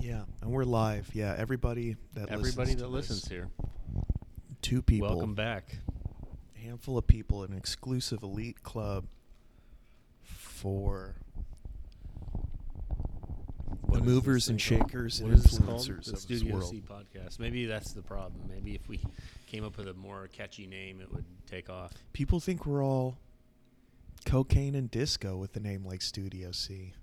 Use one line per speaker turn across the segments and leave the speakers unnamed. Yeah, and we're live. Yeah, everybody that
Everybody
listens to
that listens
this,
here,
two people,
welcome back.
a handful of people, an exclusive elite club for
What
the
is
movers
this
and
thing called?
shakers
What
and
is this called?
influencers
The
of this
Studio
world.
C podcast. Maybe that's the problem. Maybe if we came up with a more catchy name, it would take off.
People think we're all cocaine and disco with a name like Studio C.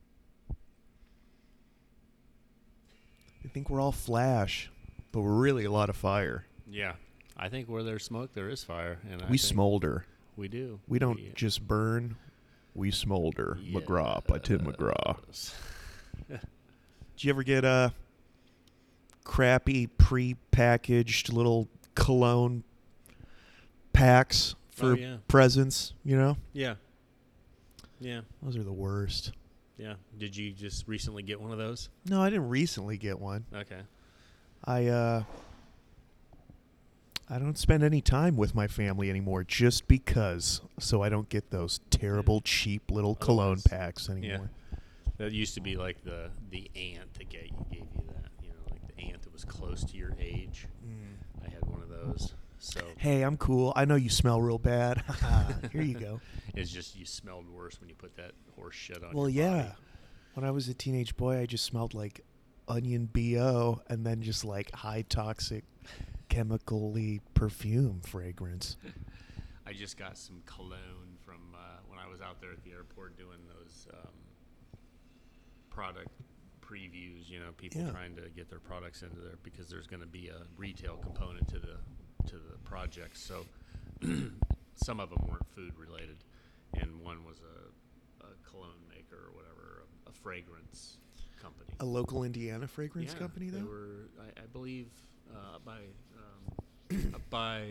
They think we're all flash, but we're really a lot of fire.
Yeah, I think where there's smoke, there is fire, and I
we
think
smolder.
We do.
We don't just burn, we smolder. McGraw by Tim McGraw.
Yes.
Did you ever get a crappy pre-packaged little cologne packs for
Oh, yeah.
presents? You know,
yeah, yeah,
those are the worst.
yeah. Did you just recently get one of those?
No, I didn't recently get one.
Okay.
I uh, I don't spend any time with my family anymore, just because. So I don't get those terrible, cheap little cologne
Otherwise-
packs
Mm. Oh, Yeah.
anymore.
That used to be like the the aunt that gave gave you that. You know, like the aunt that was close to your age.
Mm.
I had one of those. So
Hey, I'm cool. I know you smell real bad. Here you go.
it's just you smelled worse when you put that horse shit on.
Well,
your
yeah.
body.
When I was a teenage boy, I just smelled like onion BO and then just like high toxic chemically perfume fragrance.
I just got some cologne from uh, when I was out there at the airport doing those um, product previews. You know, people
Yeah.
trying to get their products into there because there's going to be a retail component to the to the project. So some of them weren't food related, and one was a, a cologne maker or whatever, a, a fragrance company.
A local Indiana fragrance
Yeah,
company,
They
though?
were, I, I believe, uh, by um, up by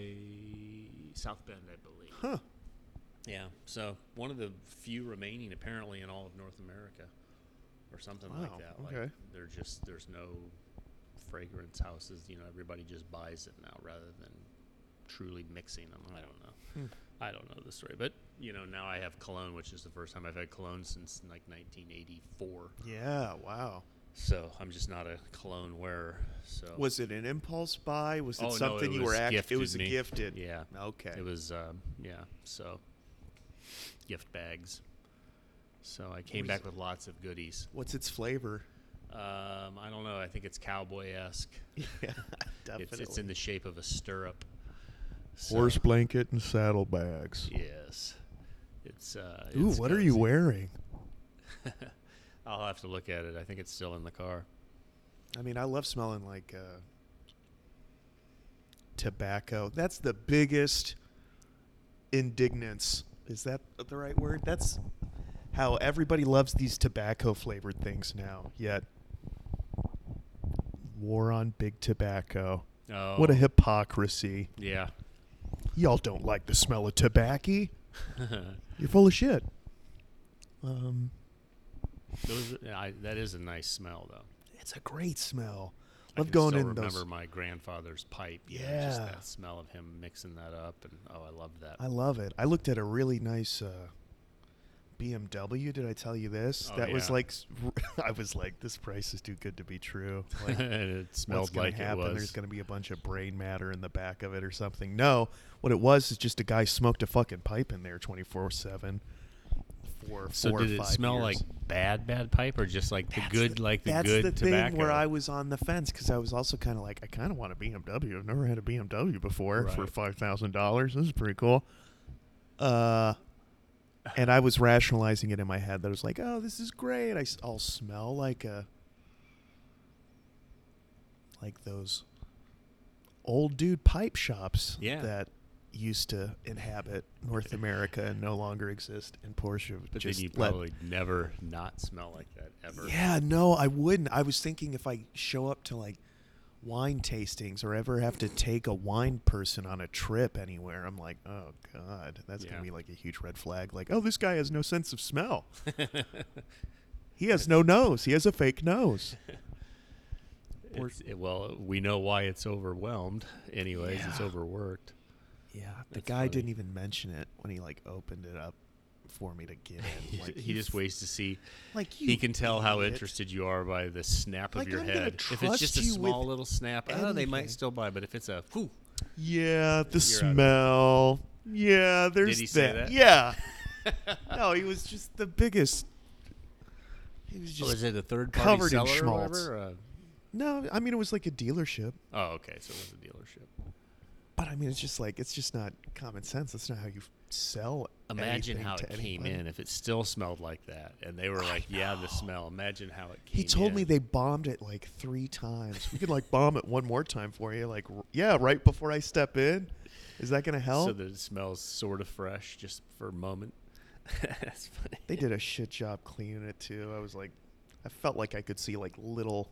South Bend, I believe.
Huh.
Yeah. So one of the few remaining, apparently, in all of North America, or something
Wow,
like that. Like
okay.
they're just there's no fragrance houses. You know, everybody just buys it now rather than truly mixing them. I don't know.
Hmm.
I don't know the story, but you know, now I have cologne, which is the first time I've had cologne since like 1984.
Yeah, wow.
So I'm just not a cologne wearer. So
Was it an impulse buy? Was it
Oh, no,
something
it
you were
was
acting? It
gifted
was a
me.
gifted.
yeah,
Okay.
it was um, yeah. So gift bags. So I came
is
back
it?
with lots of goodies.
What's its flavor?
Um, I don't know. I think it's cowboy esque.
Yeah, definitely.
It's, it's in the shape of a stirrup. So-
blanket and saddlebags.
Yes. It's. Uh,
Ooh,
it's
what are you
cozy.
wearing?
I'll have to look at it. I think it's still in the car.
I mean, I love smelling like uh, tobacco. That's the biggest indignance. Is that the right word? That's how everybody loves these tobacco flavored things now. Yet, war on big tobacco.
Oh,
What a hypocrisy.
Yeah.
Y'all don't like the smell of tobacco. You're full of shit. Um,
Those. are- I, that is a nice smell though.
it's a great smell.
I
Love
can
going
still
in
remember
those.
my grandfather's pipe. you know, just
Yeah.
that smell of him mixing that up, and oh, I love that.
I love it. I looked at a really nice uh, BMW. Did I tell you this?
Oh,
that was
yeah.
like, s- I was like, this price is too good to be true. Like,
it
what's
smelled
gonna
like
happen?
it
There's
was.
going to be a bunch of brain matter in the back of it or something. No, what it was is just a guy smoked a fucking pipe in there 24 seven. For
so
four or
did it
five
smell
years.
like bad, bad pipe, or just like the
That's
good, like the
that's
good
the
tobacco?
thing where I was on the fence because I was also kind of like, I kind of want a BMW. I've never had a BMW before for
Right.
five thousand dollars. This is pretty cool. Uh, and I was rationalizing it in my head that I was like, oh, this is great. I, will smell like a like those old dude pipe shops
Yeah.
that used to inhabit North America and no longer exist. And Porsche
but
just
then you
let
probably never not smell like that ever.
yeah, no, I wouldn't. I was thinking if I show up to like wine tastings or ever have to take a wine person on a trip anywhere, I'm like, oh god, that's
Yeah.
gonna be like a huge red flag. Like, oh, this guy has no sense of smell. He has no nose. He has a fake nose. Or-
It's- it- well, we know why it's overwhelmed. Anyways, it's
Yeah.
overworked.
Yeah, the
That's
guy
funny.
didn't even mention it when he like opened it up for me to get in. Like,
he just waits to see.
like you
He can tell how
idiot.
interested you are by the snap of
Like,
your
I'm gonna
head. If it's
trust
just a
you
small
with
little snap, oh, they
anything.
might still buy. But if it's a whew,
Yeah, the
You're out of it.
smell. Yeah, there's
he say that?
Yeah. no, he was just the biggest. He was just
was Oh, it a third
party
party
covered in seller or
seller
schmaltz. whatever, no. I mean, it was like a dealership,
oh, okay, so it was a dealership.
but I mean, it's just like it's just not common sense. That's not how you sell.
Imagine
anything
how
to
it came
anybody.
in if it still smelled like that, and they were like, "Yeah, the smell." Imagine how it came.
He told me
in.
they bombed it like three times. We could like bomb it one more time for you. Like, r- yeah, right before I step in. Is that gonna help?
so that it smells sort of fresh just for a moment. That's funny.
They did a shit job cleaning it too. I was like, I felt like I could see like little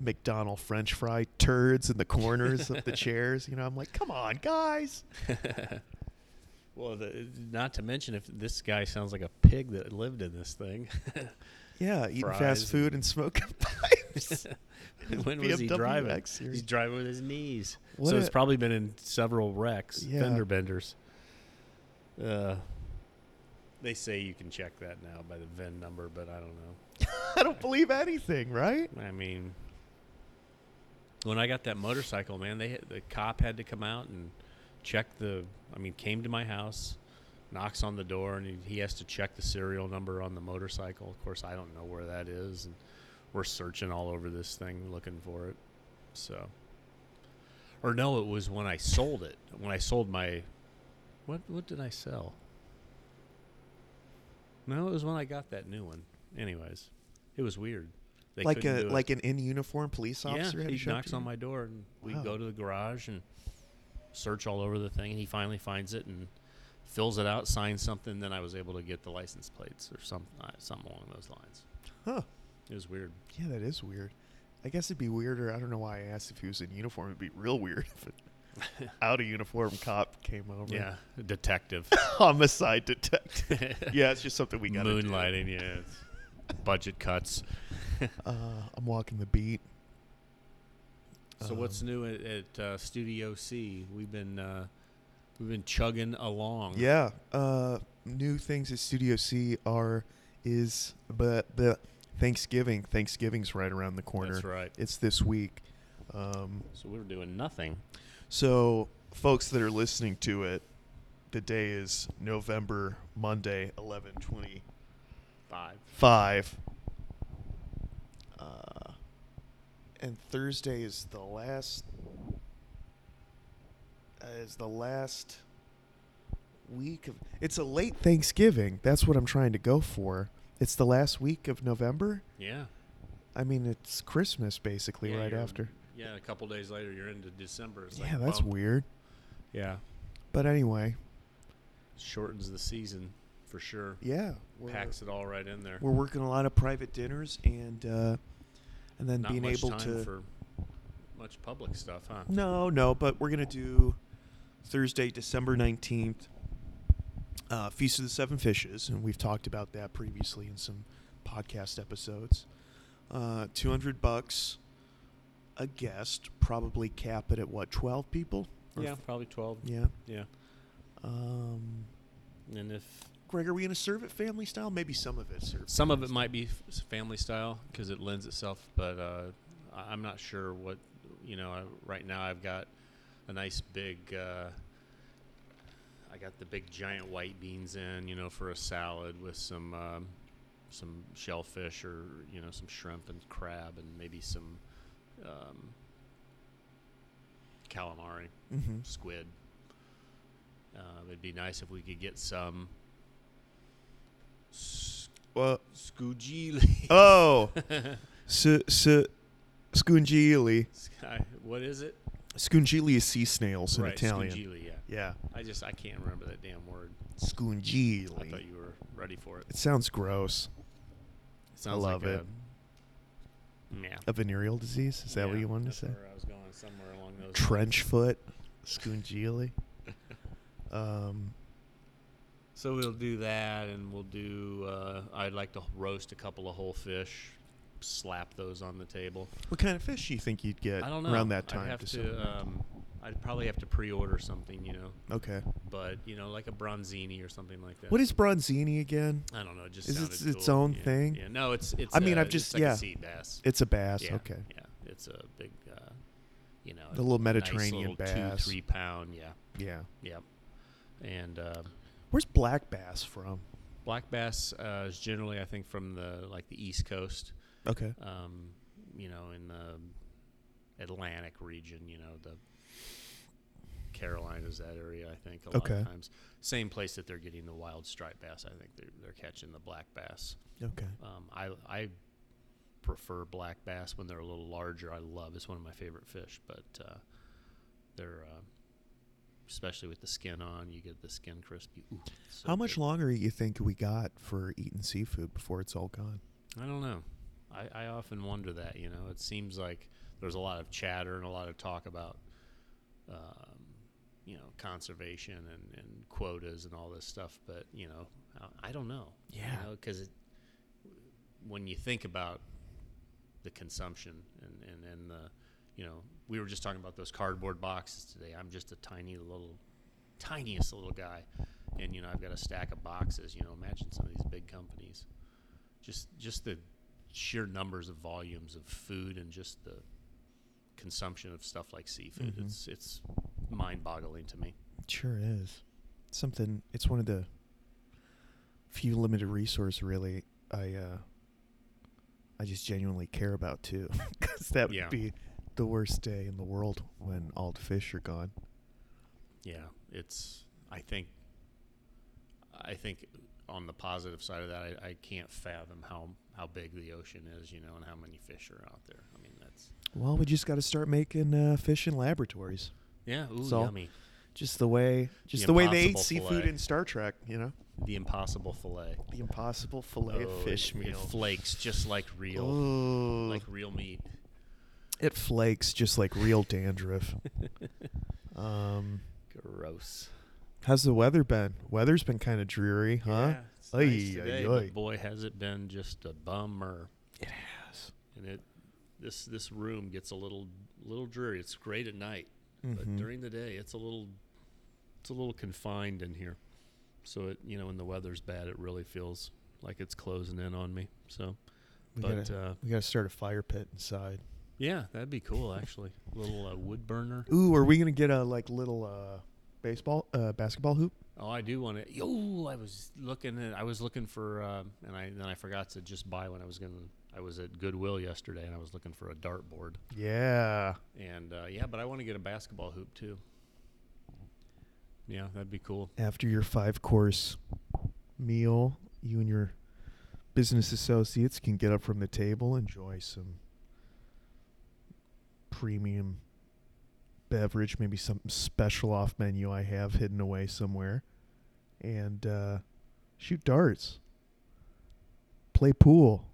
McDonald French fry turds in the corners of the chairs. You know, I'm like, come on, guys.
Well, the, not to mention if this guy sounds like a pig that lived in this thing.
Yeah, eating fast
Fries
food and,
and-
smoking pipes.
when was he
BMW
driving?
X series.
He's driving with his knees.
What
so it's
a-
probably been in several wrecks,
Yeah.
fender benders. Uh, they say you can check that now by the VIN number, but I don't know.
I don't believe anything, right?
I mean, when I got that motorcycle, man, they the cop had to come out and check the. I mean, came to my house, knocks on the door, and he, he has to check the serial number on the motorcycle. Of course, I don't know where that is, and we're searching all over this thing looking for it. So, or no, it was when I sold it. When I sold my, what what did I sell? No, it was when I got that new one. Anyways, it was weird. They
like
couldn't
a
do it.
like an in uniform police officer.
Yeah,
had
he
show up
knocks
to
on
you?
my door, and we
Wow.
go to the garage and search all over the thing, and he finally finds it and fills it out, signs something. Then I was able to get the license plates or something, something along those lines.
Huh.
It was weird.
Yeah, that is weird. I guess it'd be weirder. I don't know why I asked if he was in uniform. It'd be real weird if an out of uniform cop came over.
Yeah, a detective.
homicide detective. Yeah, it's just something we got to do.
Moonlighting, yeah. it's budget cuts.
Uh, I'm walking the beat. Uh-huh.
So what's new at, at uh, Studio C? We've been uh, we've been chugging along.
Yeah, uh, new things at Studio C are is but the Thanksgiving. Thanksgiving's right around the corner.
that's right.
It's this week. Um,
So we were doing nothing.
so folks that are listening to it, the day is November Monday, 11:20.
Five.
five. Uh, and Thursday is the last. Uh, is the last week of. It's a late Thanksgiving. That's what I'm trying to go for. It's the last week of November.
Yeah.
I mean, it's Christmas basically
Yeah,
right
you're-
after.
Yeah, a couple days later, you're into December. It's
Yeah,
like,
that's
bump.
weird.
Yeah,
But anyway,
shortens the season for sure.
yeah, we're,
Packs it all right in there.
we're working a lot of private dinners and uh, and then
Not
being
much
able
time
to
for much public stuff, huh?
No, no, but we're gonna do Thursday, December nineteenth, uh, Feast of the Seven Fishes, and we've talked about that previously in some podcast episodes. Uh, Two hundred bucks a guest, probably cap it at what twelve people. Or
Yeah,
f-
probably twelve.
yeah.
Yeah,
Um,
and if
Greg, are we gonna serve it family style? Maybe some of it served.
some of it might be f- s- family style because it lends itself, but uh, I- I'm not sure what you know. I, right now, I've got a nice big. Uh, I got the big giant white beans in, you know, for a salad with some um, some shellfish or you know some shrimp and crab and maybe some um, calamari
Mm-hmm.
squid. Uh, it'd be nice if we could get some s-
Well,
scugili.
oh, uh, s- s- scungili.
Sky- what is it?
Scungili is sea snails in
right,
Italian.
Scugili, yeah.
Yeah.
I just I can't remember that damn word. I thought
Scungili.
you were ready for it.
It sounds gross.
It sounds
love
like
it.
A, yeah.
A venereal disease? Is that what
Yeah,
you wanted
that's
to say?
Where I was going somewhere along those.
Trench foot, scungili. um,
lines. So we'll do that, and we'll do. Uh, I'd like to roast a couple of whole fish, slap those on the table.
what kind of fish do you think you'd get
I don't know.
around that
I'd
time?
have to.
December?
um, I'd probably have to pre-order something, you know.
Okay.
But you know, like a bronzini or something like that.
What is bronzini again?
I don't know. It just
Is it
sounded
s- its
cool.
own
Yeah,
thing?
Yeah. No, it's it's.
I mean,
uh,
I've just-
it's like
yeah.
A sea bass.
It's a bass.
yeah,
Okay.
Yeah, it's a big, uh, you know,
The little
nice
Mediterranean
little
bass.
two three pound. Yeah,
Yeah.
yep. And uh,
Where's black bass from?
black bass uh, is generally, I think, from the like the East Coast.
Okay.
um, you know, in the Atlantic region, you know, the Carolinas, that area, I think, a lot
Okay.
of times. Same place that they're getting the wild striped bass. I think they're, they're catching the black bass.
Okay.
Um, I, I prefer black bass when they're a little larger. I love It's one of my favorite fish, but uh, they're, uh, especially with the skin on, you get the skin crispy. Ooh, it's so
How much
good.
longer you think we got for eating seafood before it's all gone?
I don't know. I, I often wonder that. You know, it seems like there's a lot of chatter and a lot of talk about, um, you know, conservation and, and quotas and all this stuff. But you know, I, I don't know.
Yeah.
you know, 'cause it when you think about the consumption and and and the, you know, we were just talking about those cardboard boxes today. I'm just a tiny little, tiniest little guy, and you know, I've got a stack of boxes. You know, imagine some of these big companies just just the sheer numbers of volumes of food and just the consumption of stuff like seafood
Mhm.
it's it's mind-boggling to me
It sure is. Something. It's one of the few limited resource really. I uh, I just genuinely care about too, because that
Yeah.
would be the worst day in the world when all the fish are gone.
yeah it's i think i think on the positive side of that i, I can't fathom how how big the ocean is you know and how many fish are out there i mean that's
Well, we just got to start making uh, fish in laboratories.
yeah ooh,
So-
yummy
Just the way, just the,
The
way they ate
impossible
seafood
fillet.
in Star Trek. You know,
the impossible fillet
the impossible fillet
Oh,
of fish
it, it
meal.
flakes just like real
Ooh.
like real meat
It flakes just like real dandruff. um,
gross
how's the weather been? Weather's been kind of dreary, huh?
Yeah, it's nice
Ay,
today,
ay,
but
ay.
boy, has it been just a bummer.
It has.
And it this this room gets a little little dreary. It's great at night, but
Mhm.
during the day, it's a little it's a little confined in here. So it you know when the weather's bad, it really feels like it's closing in on me. So,
We
but
gotta,
uh,
we gotta start a fire pit inside.
yeah, that'd be cool actually. little uh, wood burner.
Ooh, are we gonna get a like little uh, baseball, uh, basketball hoop?
Oh, I do want to. Yo, I was looking at. I was looking for, um, and I then I forgot to just buy one. I was gonna. I was at Goodwill yesterday, and I was looking for a dartboard.
Yeah.
And uh, yeah, but I want to get a basketball hoop too. Yeah, that'd be cool.
After your five course meal, you and your business associates can get up from the table, enjoy some premium beverage, maybe something special off menu I have hidden away somewhere, and uh, shoot darts, play pool,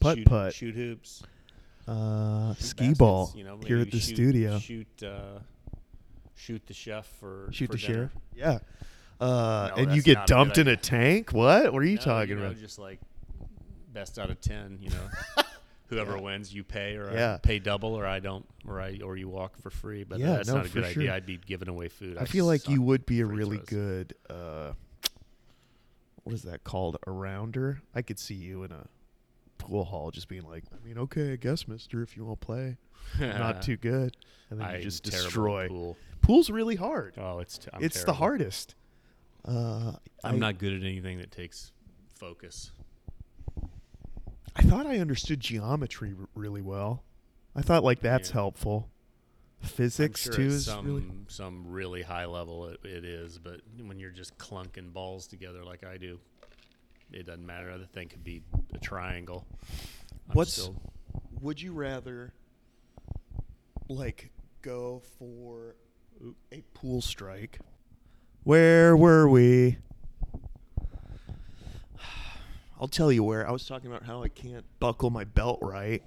putt
shoot,
putt,
shoot hoops,
uh,
shoot
ski
baskets,
ball
You know,
here
maybe
at the
shoot-
studio.
Shoot, uh, shoot the chef for
Shoot
for
the
dinner.
sheriff. Yeah. Uh,
No,
and you
that's
get
not a good
dumped in a
idea.
tank? What? What are you
No,
talking
know,
about?
Just like best out of ten, you know. Whoever
Yeah.
wins, you pay, or
Yeah.
I pay double, or I don't, or I or you walk for free. But uh,
Yeah,
that's
no,
not a
for
good idea.
sure.
I'd be giving away food.
I feel like
suck
you would be a
free
really
throws.
good uh what is that called? A rounder? I could see you in a pool hall just being like, I mean, okay, I guess, mister, if you want to play. I'm not too good. And then
I'm
you just
terrible at
destroy.
Pool.
Pool's really hard.
Oh, it's t- I'm
it's the
terrible.
hardest. Uh
I'm
I-
not good at anything that takes focus.
I thought I understood geometry r- really well. I thought like that's
Yeah.
helpful. Physics
I'm sure
too
at
is
some
really
some really high level it, it is, but when you're just clunking balls together like I do, it doesn't matter. The thing could be a triangle. I'm
What's-
still-
would you rather like go for a pool strike where were we i'll tell you where i was talking about how i can't buckle my belt right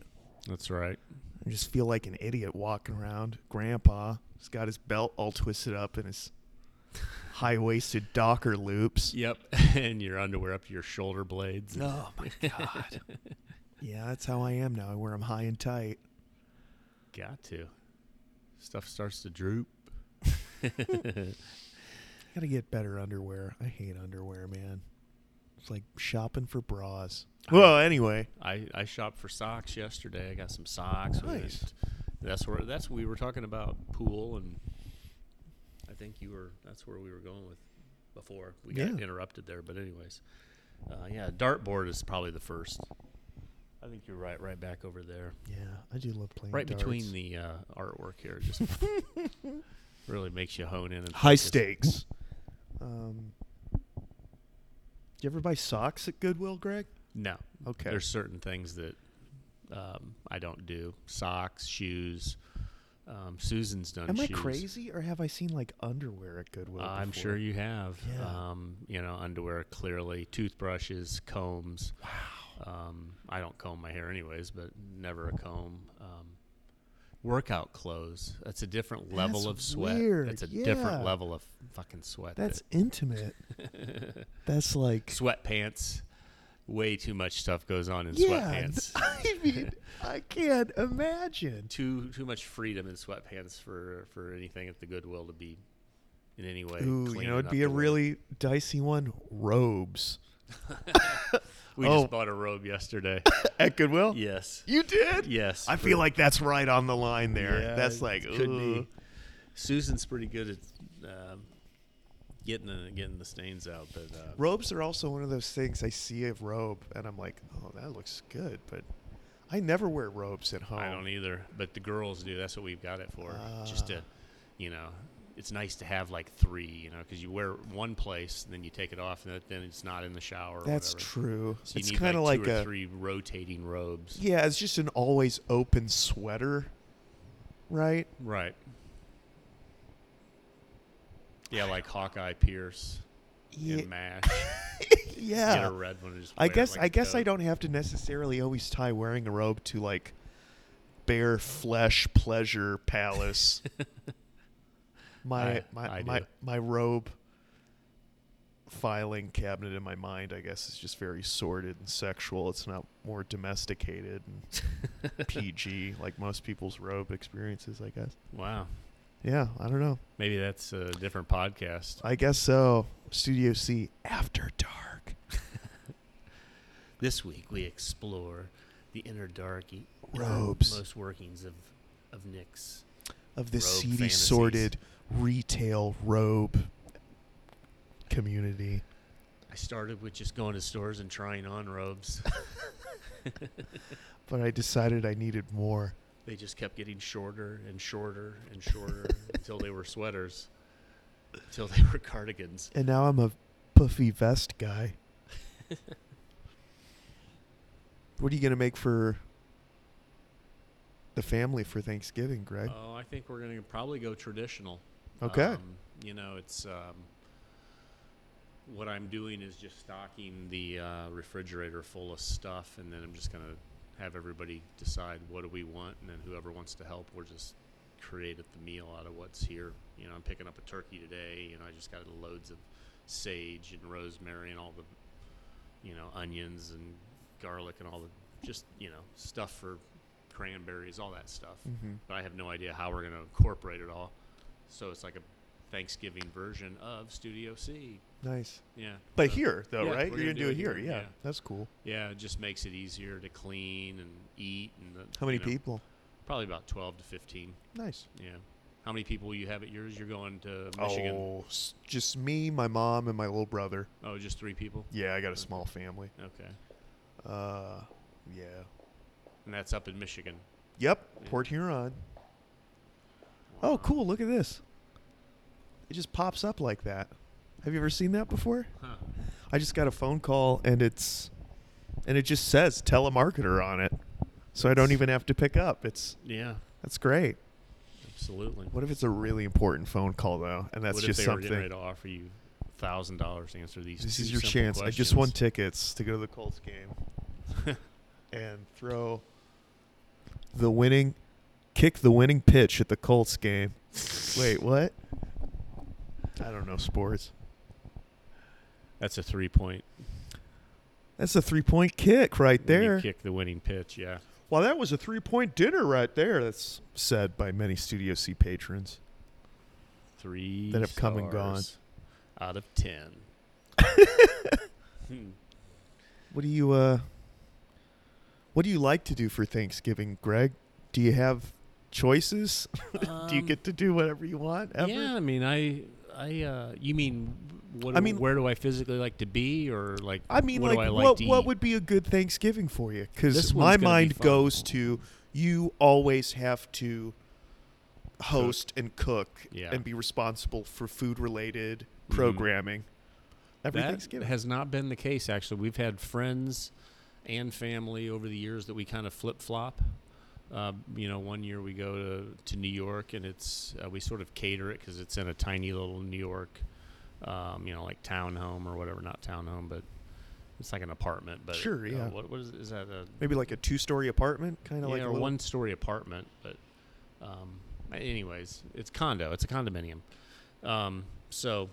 that's right.
i just feel like an idiot walking around grandpa he's got his belt all twisted up in his high-waisted docker loops
Yep, and your underwear up to your shoulder blades. and-
oh my god yeah that's how i am now i wear them high and tight
Got to. Stuff starts to droop.
Gotta get better underwear. I hate underwear, man. It's like shopping for bras.
I-
Well, anyway,
I, I shopped for socks yesterday. I got some socks. We
Nice.
went- That's where that's we were talking about pool and I think you were that's where we were going with before we got
Yeah.
interrupted there. But anyways, uh, yeah, dartboard is probably the first. I think you're right. Right back over there,
yeah, I do love playing.
right between
darts.
the uh, artwork here, just really makes you hone in and
high
focus.
stakes. Um, do you ever buy socks at Goodwill, Greg?
No,
Okay.
There's certain things that um, I don't do: socks, shoes. Um, Susan's done.
Am I
shoes. Uh,
crazy, or have I seen like underwear at Goodwill?
I'm
before?
sure you have.
Yeah.
Um, you know, underwear clearly, toothbrushes, combs.
Wow.
Um, I don't comb my hair anyways, but never a comb. Um, workout clothes. That's a different level
That's
of sweat.
weird,
That's a
yeah.
different level of fucking sweat.
That's intimate. That's like
that, sweatpants. Way too much stuff goes on in
yeah. th-
sweatpants.
I mean, I can't imagine.
too too much freedom in sweatpants for for anything at the Goodwill to be in any way.
Ooh,
clean
you know, it'd
enough
be a
to wear.
really dicey one. Robes
We
Oh.
just bought a robe yesterday.
at Goodwill.
yes.
You did?
Yes.
I feel
for-
like that's right on the line there.
Yeah,
that's
it
like
could
ooh.
be. Susan's pretty good at um, getting the, getting the stains out, but uh,
Robes are also one of those things. I see a robe and I'm like, oh, that looks good, but I never wear robes at home.
I don't either. But the girls do. That's what we've got it for. just
Ah.
to, you know, it's nice to have like three, you know, because you wear one place and then you take it off and then it's not in the shower. Or
That's
whatever.
true.
So you
it's
need
kind of like,
two or
a
three rotating robes.
yeah. It's just an always open sweater, right?
Right. Yeah, like Hawkeye Pierce
Yeah.
and Mash. Get a
yeah.
red one and just
I
wear it
guess
like
I
a
guess I
coat.
don't have to necessarily always tie wearing a robe to like bare flesh pleasure palace. my
I-
my
I
my
do.
my robe filing cabinet in my mind, I guess, is just very sordid and sexual. It's not more domesticated and PG like most people's robe experiences, I guess.
Wow.
Yeah, I don't know.
Maybe that's a different podcast.
I guess so. Studio C after dark.
This week we explore the inner darky
Robes.
most workings of of Nick's.
of this
Robe
seedy,
fantasies.
sordid retail robe community.
I started with just going to stores and trying on robes.
But I decided I needed more.
they just kept getting shorter and shorter and shorter until they were sweaters, until they were cardigans.
And now I'm a puffy vest guy. what are you going to make for the family for Thanksgiving, Greg?
Oh, I think we're gonna probably go traditional.
Okay.
Um, you know, it's um, what I'm doing is just stocking the uh, refrigerator full of stuff, and then I'm just gonna have everybody decide what do we want, and then whoever wants to help, we're just create the meal out of what's here. You know, I'm picking up a turkey today, and I just got loads of sage and rosemary and all the, you know, onions and garlic and all the just you know stuff for cranberries, all that stuff
mm-hmm.
but I have no idea how we're going to incorporate it all. So it's like a Thanksgiving version of Studio C.
Nice.
Yeah.
But
so-
here, though,
uh, Yeah,
right?
we're
You're going
gonna
to do it here. Yeah.
yeah.
That's cool.
Yeah, it just makes it easier to clean and eat. And the,
How many
you know,
people?
Probably about 12 to 15.
Nice.
Yeah. How many people you have at yours? You're going to Michigan? Oh,
Oh, s- just me, my mom, and my little brother.
just three people?
Yeah, I got a
Mm.
small family.
Okay.
Uh, yeah.
And that's up in Michigan.
Yep, Port Huron. Oh,
Wow.
cool! Look at this. It just pops up like that. Have you ever seen that before?
Huh.
I just got a phone call, and it's, and it just says telemarketer on it, so I don't even have to pick up. It's
Yeah,
that's great.
absolutely.
What if it's a really important phone call though, and that's
what
just
if they were getting ready
something?
to offer you $1,000 to answer these
This
two
is your
simple
chance. I just
questions?
won tickets to go to the Colts game and throw the winning, kick the winning pitch at the Colts game. Wait, what? I don't know sports.
That's a three point
That's a three point kick right
when you
there.
kick the winning pitch, yeah.
Well, that was a three point dinner right there. That's said by many Studio C patrons.
Three
That have come and gone.
stars out of ten. Hmm.
What do you uh What do you like to do for Thanksgiving, Greg? Do you have choices? do you
Um,
get to do whatever you want ever?
Yeah, I mean, I, I, uh, you mean, what?
I
I
mean-
mean, where do I physically like to be, or like,
I mean,
what
like,
do I like
what
to
what
eat?
would be a good Thanksgiving for you? Because
This
my
one's gonna be
mind
fun.
goes to you always have to host and cook
Yeah.
and be responsible for food related
Mhm.
programming every
that
Thanksgiving.
has not been the case actually. We've had friends and family over the years that we kind of flip flop. Uh, you know, one year we go to, to New York, and it's uh, we sort of cater it because it's in a tiny little New York, um, you know, like townhome or whatever. Not townhome, but it's like an apartment. But
Sure,
uh,
yeah.
what, what is, is that? A,
Maybe like a two story apartment, kind of
yeah,
like a
or
little-
one story apartment, but um, anyways, it's condo. It's a condominium. Um, so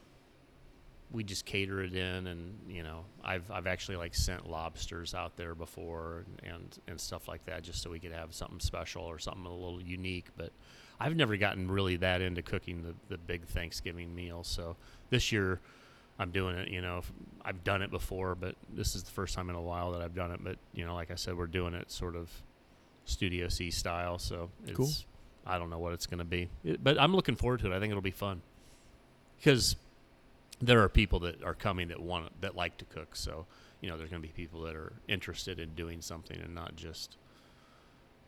we just cater it in, and you know, I've I've actually like sent lobsters out there before and and stuff like that, just so we could have something special or something a little unique. But I've never gotten really that into cooking the the big Thanksgiving meal. So this year. I'm doing it, you know. f- I've done it before, but this is the first time in a while that I've done it. But you know, like I said, we're doing it sort of Studio C style. So it's,
Cool.
I don't know what it's going to be, It- but I'm looking forward to it. I think it'll be fun because there are people that are coming that want that like to cook. So you know, there's going to be people that are interested in doing something and not just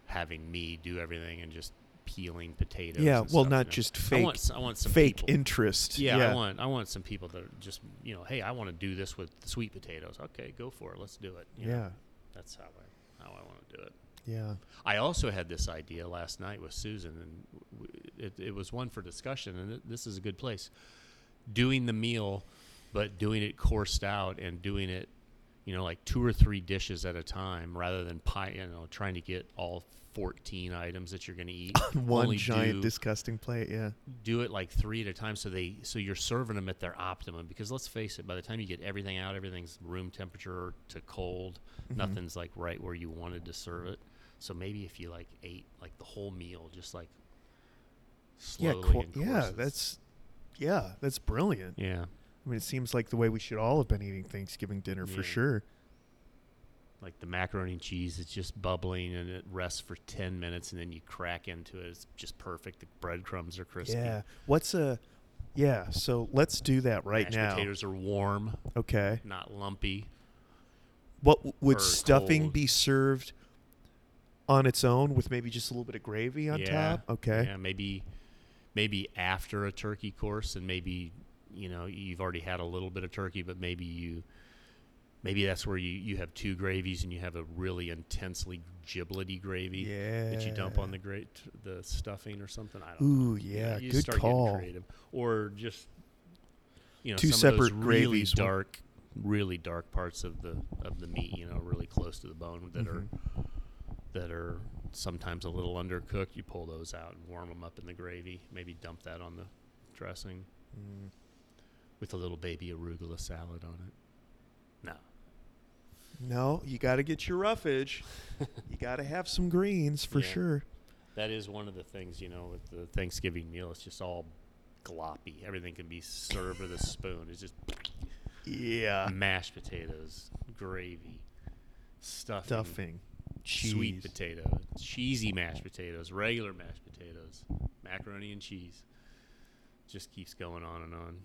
having me do everything and just peeling potatoes.
yeah,
and
well,
stuff,
not
you know.
just
I
fake
want, s- I want some
fake
people-
interest.
yeah, I want I want some people that are just you know, hey, I want to do this with sweet potatoes. Okay, go for it. Let's do it. you know.
yeah,
that's how I how I want to do it.
yeah.
I also had this idea last night with Susan, and w- it, it was one for discussion. And it, this is a good place. Doing the meal, but doing it coursed out and doing it, you know, like two or three dishes at a time, rather than pie. You know, trying to get all fourteen items that you're going to eat.
One
only
giant
do-
disgusting plate. Yeah,
do it like three at a time so they so you're serving them at their optimum because let's face it by the time you get everything out everything's room temperature to cold
Mm-hmm.
nothing's like right where you wanted to serve it so maybe if you like ate like the whole meal just like slowly
yeah, cour-
in
yeah.
courses.
That's yeah, that's brilliant.
yeah
I mean, it seems like the way we should all have been eating Thanksgiving dinner for
Yeah.
sure.
like the macaroni and cheese is just bubbling and it rests for 10 minutes and then you crack into it it's just perfect the breadcrumbs are crispy
Yeah. What's a yeah? So let's do that right
Mashed
now.
potatoes are warm
Okay.
not lumpy
What w- would
Or
stuffing
cold.
be served on its own with maybe just a little bit of gravy on
Yeah,
top? Okay.
Yeah, maybe maybe after a turkey course and maybe you know, you've already had a little bit of turkey, but maybe you maybe that's where you, you have two gravies and you have a really intensely giblety gravy that you dump on
Yeah.
the great the stuffing or something. I don't
Ooh,
know. You know,
yeah.
you
good
start getting
call.
creative. Or just you know,
Two
some of those
separate
really
gravies, one-
dark really dark parts of the of the meat, you know, really close to the bone that are
Mhm.
that are sometimes a little undercooked, you pull those out and warm them up in the gravy. Maybe dump that on the dressing
Mm.
with a little baby arugula salad on it. No.
No, you got to get your roughage. you got to have some greens for
Yeah.
sure.
That is one of the things, you know, with the Thanksgiving meal. It's just all gloppy. Everything can be served with a spoon. It's just
Yeah.
mashed potatoes, gravy, stuffing,
Stuffing. Cheese.
sweet potato, cheesy mashed potatoes, regular mashed potatoes, macaroni and cheese. Just keeps going on and on.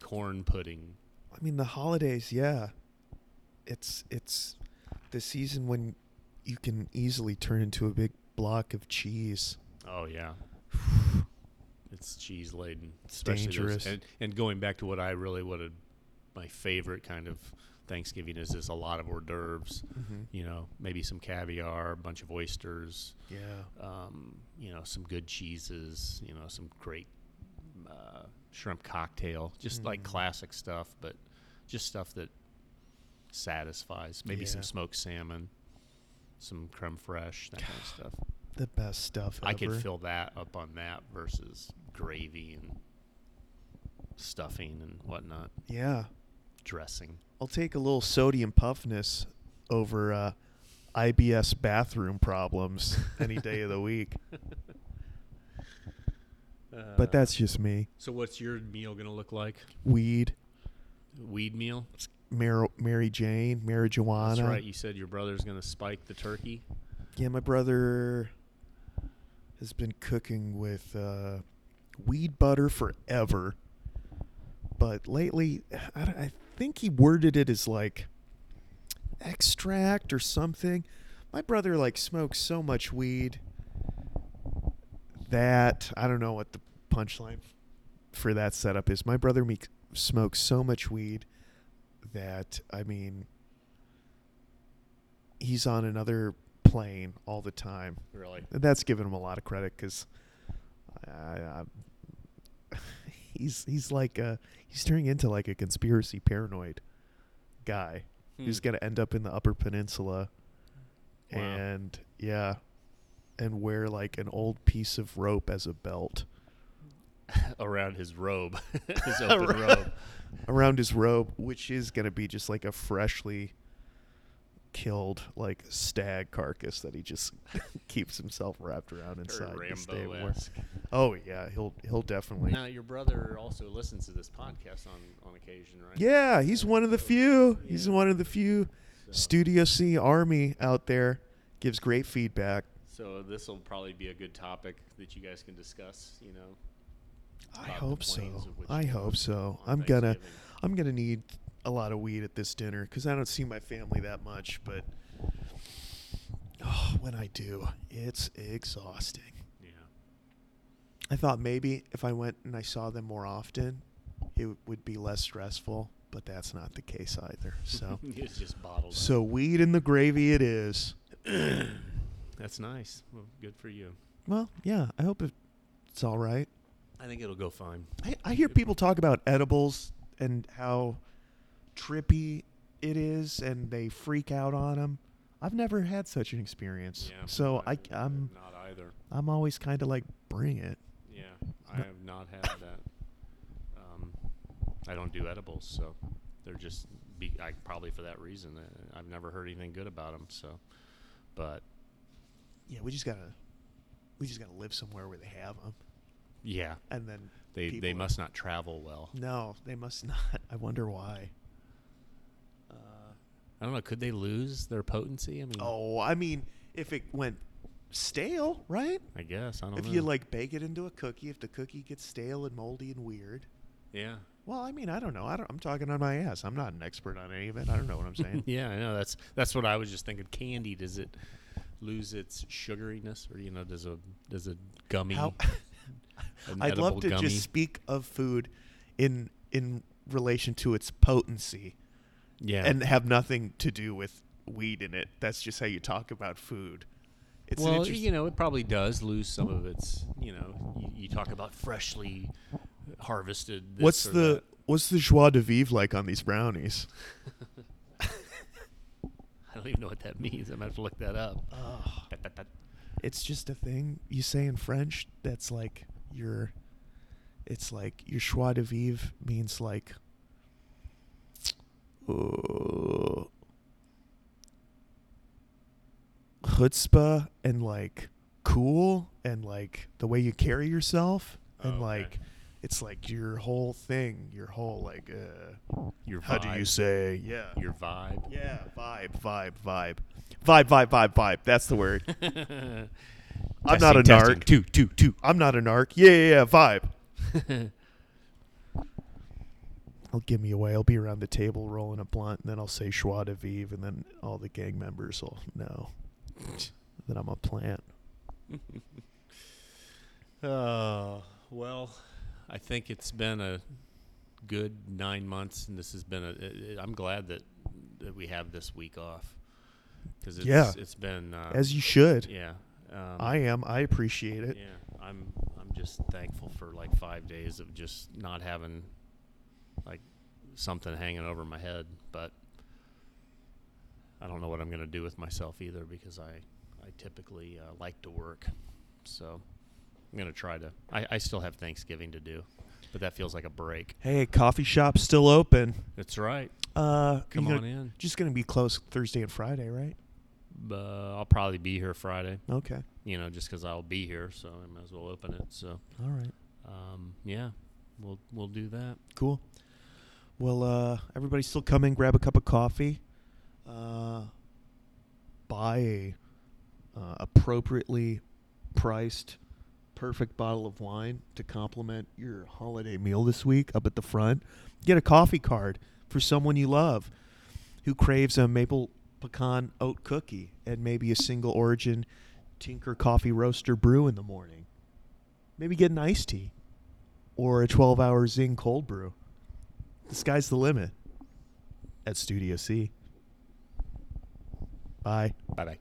Corn pudding.
I mean, the holidays, yeah. It's it's the season when you can easily turn into a big block of cheese.
Oh yeah. It's cheese laden.
dangerous.
and, and going back to what I really what a, my favorite kind of Thanksgiving is is a lot of hors d'oeuvres.
Mm-hmm.
You know, maybe some caviar, a bunch of oysters,
Yeah.
um, you know, some good cheeses, you know, some great uh, shrimp cocktail, just like
Mm.
classic stuff, but just stuff that satisfies. Maybe
Yeah.
some smoked salmon, some creme fraiche, that kind of stuff.
The best stuff
I could
ever.
fill that up on that versus gravy and stuffing and whatnot,
Yeah.
dressing.
I'll take a little sodium puffiness over uh, IBS bathroom problems any day of the week.
Uh,
But that's just me.
so. What's your meal gonna look like?
Weed,
Weed meal.
Mar- Mary Jane, marijuana.
That's right. You said your brother's gonna spike the turkey.
Yeah, my brother has been cooking with uh, weed butter forever. But lately, I, don't- I think he worded it as like extract or something. My brother like smokes so much weed that I don't know what the punchline for that setup is. My brother me- smokes so much weed that I mean he's on another plane all the time.
Really?
And that's giving him a lot of credit because uh, he's he's like a, he's turning into like a conspiracy paranoid guy who's
Hmm.
gonna end up in the Upper Peninsula,
Wow.
and yeah, and wear like an old piece of rope as a belt
around his robe, his open robe.
around his robe, which is gonna be just like a freshly killed like stag carcass that he just keeps himself wrapped around
Very
inside to stay warm.
Rambo-esque.
Oh yeah, he'll he'll definitely.
Now your brother also listens to this podcast on on occasion, right?
Yeah, he's one of the few. He's
Yeah.
one of the few
So-
Studio C Army out there. Gives great feedback.
So this will probably be a good topic that you guys can discuss. You know.
I
about the
hope so.
planes of which
I
you
hope
want
so.
on
I'm gonna,
Thanksgiving.
I'm gonna need a lot of weed at this dinner because I don't see my family that much. But oh, when I do, it's exhausting.
Yeah.
I thought maybe if I went and I saw them more often, it would be less stressful. But that's not the case either. So,
it's just bottled. up.
so weed in the gravy it is.
That's nice. Well, good for you.
Well, yeah, I hope it- it's all right.
I think it'll go fine.
I, I hear people talk about edibles and how trippy it is, and they freak out on them. I've never had such an experience,
Yeah,
so I,
I've-
I'm
I've not either.
I'm always kind of like bring it.
Yeah, I have not had that. Um, I don't do edibles, so they're just be, I, probably for that reason. I, I've never heard anything good about them. So, but
Yeah, we just gotta we just gotta live somewhere where they have them,
yeah,
and then
they
people
they
are-
must not travel well.
No, they must not. I wonder why. Uh,
I don't know. Could they lose their potency? I mean,
oh, I mean, if it went stale, right?
I guess I don't
If
know.
you like bake it into a cookie, if the cookie gets stale and moldy and weird,
yeah,
Well, I mean, I don't know. I don't, I'm talking on my ass. I'm not an expert on any of it. I don't know what I'm saying.
yeah, I know. That's that's what I was just thinking. Candy does it lose its sugariness, or you know, does a does a gummy?
How,
an
I'd love
edible
to
gummy?
just speak of food in in relation to its potency
yeah,
and have nothing to do with weed in it. That's just how you talk about food. It's an
well,
interesting.
you know, it probably does lose some of its. You know, you, you talk about freshly harvested. This
what's
or
the what's the joie de vivre like on these brownies?
that. I don't even know what that means. I might have to look that up.
Oh,
Da- da- da-
it's just a thing you say in French. That's like your. It's like your joie de vivre means like. Uh, chutzpah and like cool and like the way you carry yourself
Oh,
and
okay.
like it's like your whole thing, your whole like. Uh,
Your vibe.
how do you say? Yeah.
your vibe?
yeah. Vibe. Vibe. Vibe. Vibe. Vibe. Vibe. Vibe. That's the word.
I'm
I'm not a narc.
Two, two, two.
I'm not an narc. Yeah, yeah, yeah. Vibe. I'll give me away. I'll be around the table rolling a blunt, and then I'll say joie de vivre, and then all the gang members will know that I'm a plant.
Oh well, I think it's been a good nine months, and this has been a. i- i- I'm glad that that we have this week off because it's
Yeah.
it's been uh,
As you should.
yeah. Um,
I am. I appreciate
yeah
it.
I'm I'm just thankful for like five days of just not having like something hanging over my head, but I don't know what I'm gonna do with myself either because I I typically uh, like to work, so I'm gonna try to. I, I still have Thanksgiving to do, but that feels like a break.
Hey, coffee shop still open.
That's right.
Uh, you
Come
gonna-
on in.
Just gonna be closed Thursday and Friday, right?
uh, I'll probably be here Friday.
Okay.
You know, just because I'll be here, so I might as well open it. So,
All right.
um, yeah, we'll we'll do that.
Cool. Well, uh, everybody still come in, grab a cup of coffee, uh, buy a uh, appropriately priced, perfect bottle of wine to complement your holiday meal this week up at the front. Get a coffee card for someone you love who craves a maple pecan oat cookie and maybe a single origin Tinker coffee roaster brew in the morning. Maybe get an iced tea or a 12 hour Zing cold brew. The sky's the limit at Studio C. Bye.
Bye bye.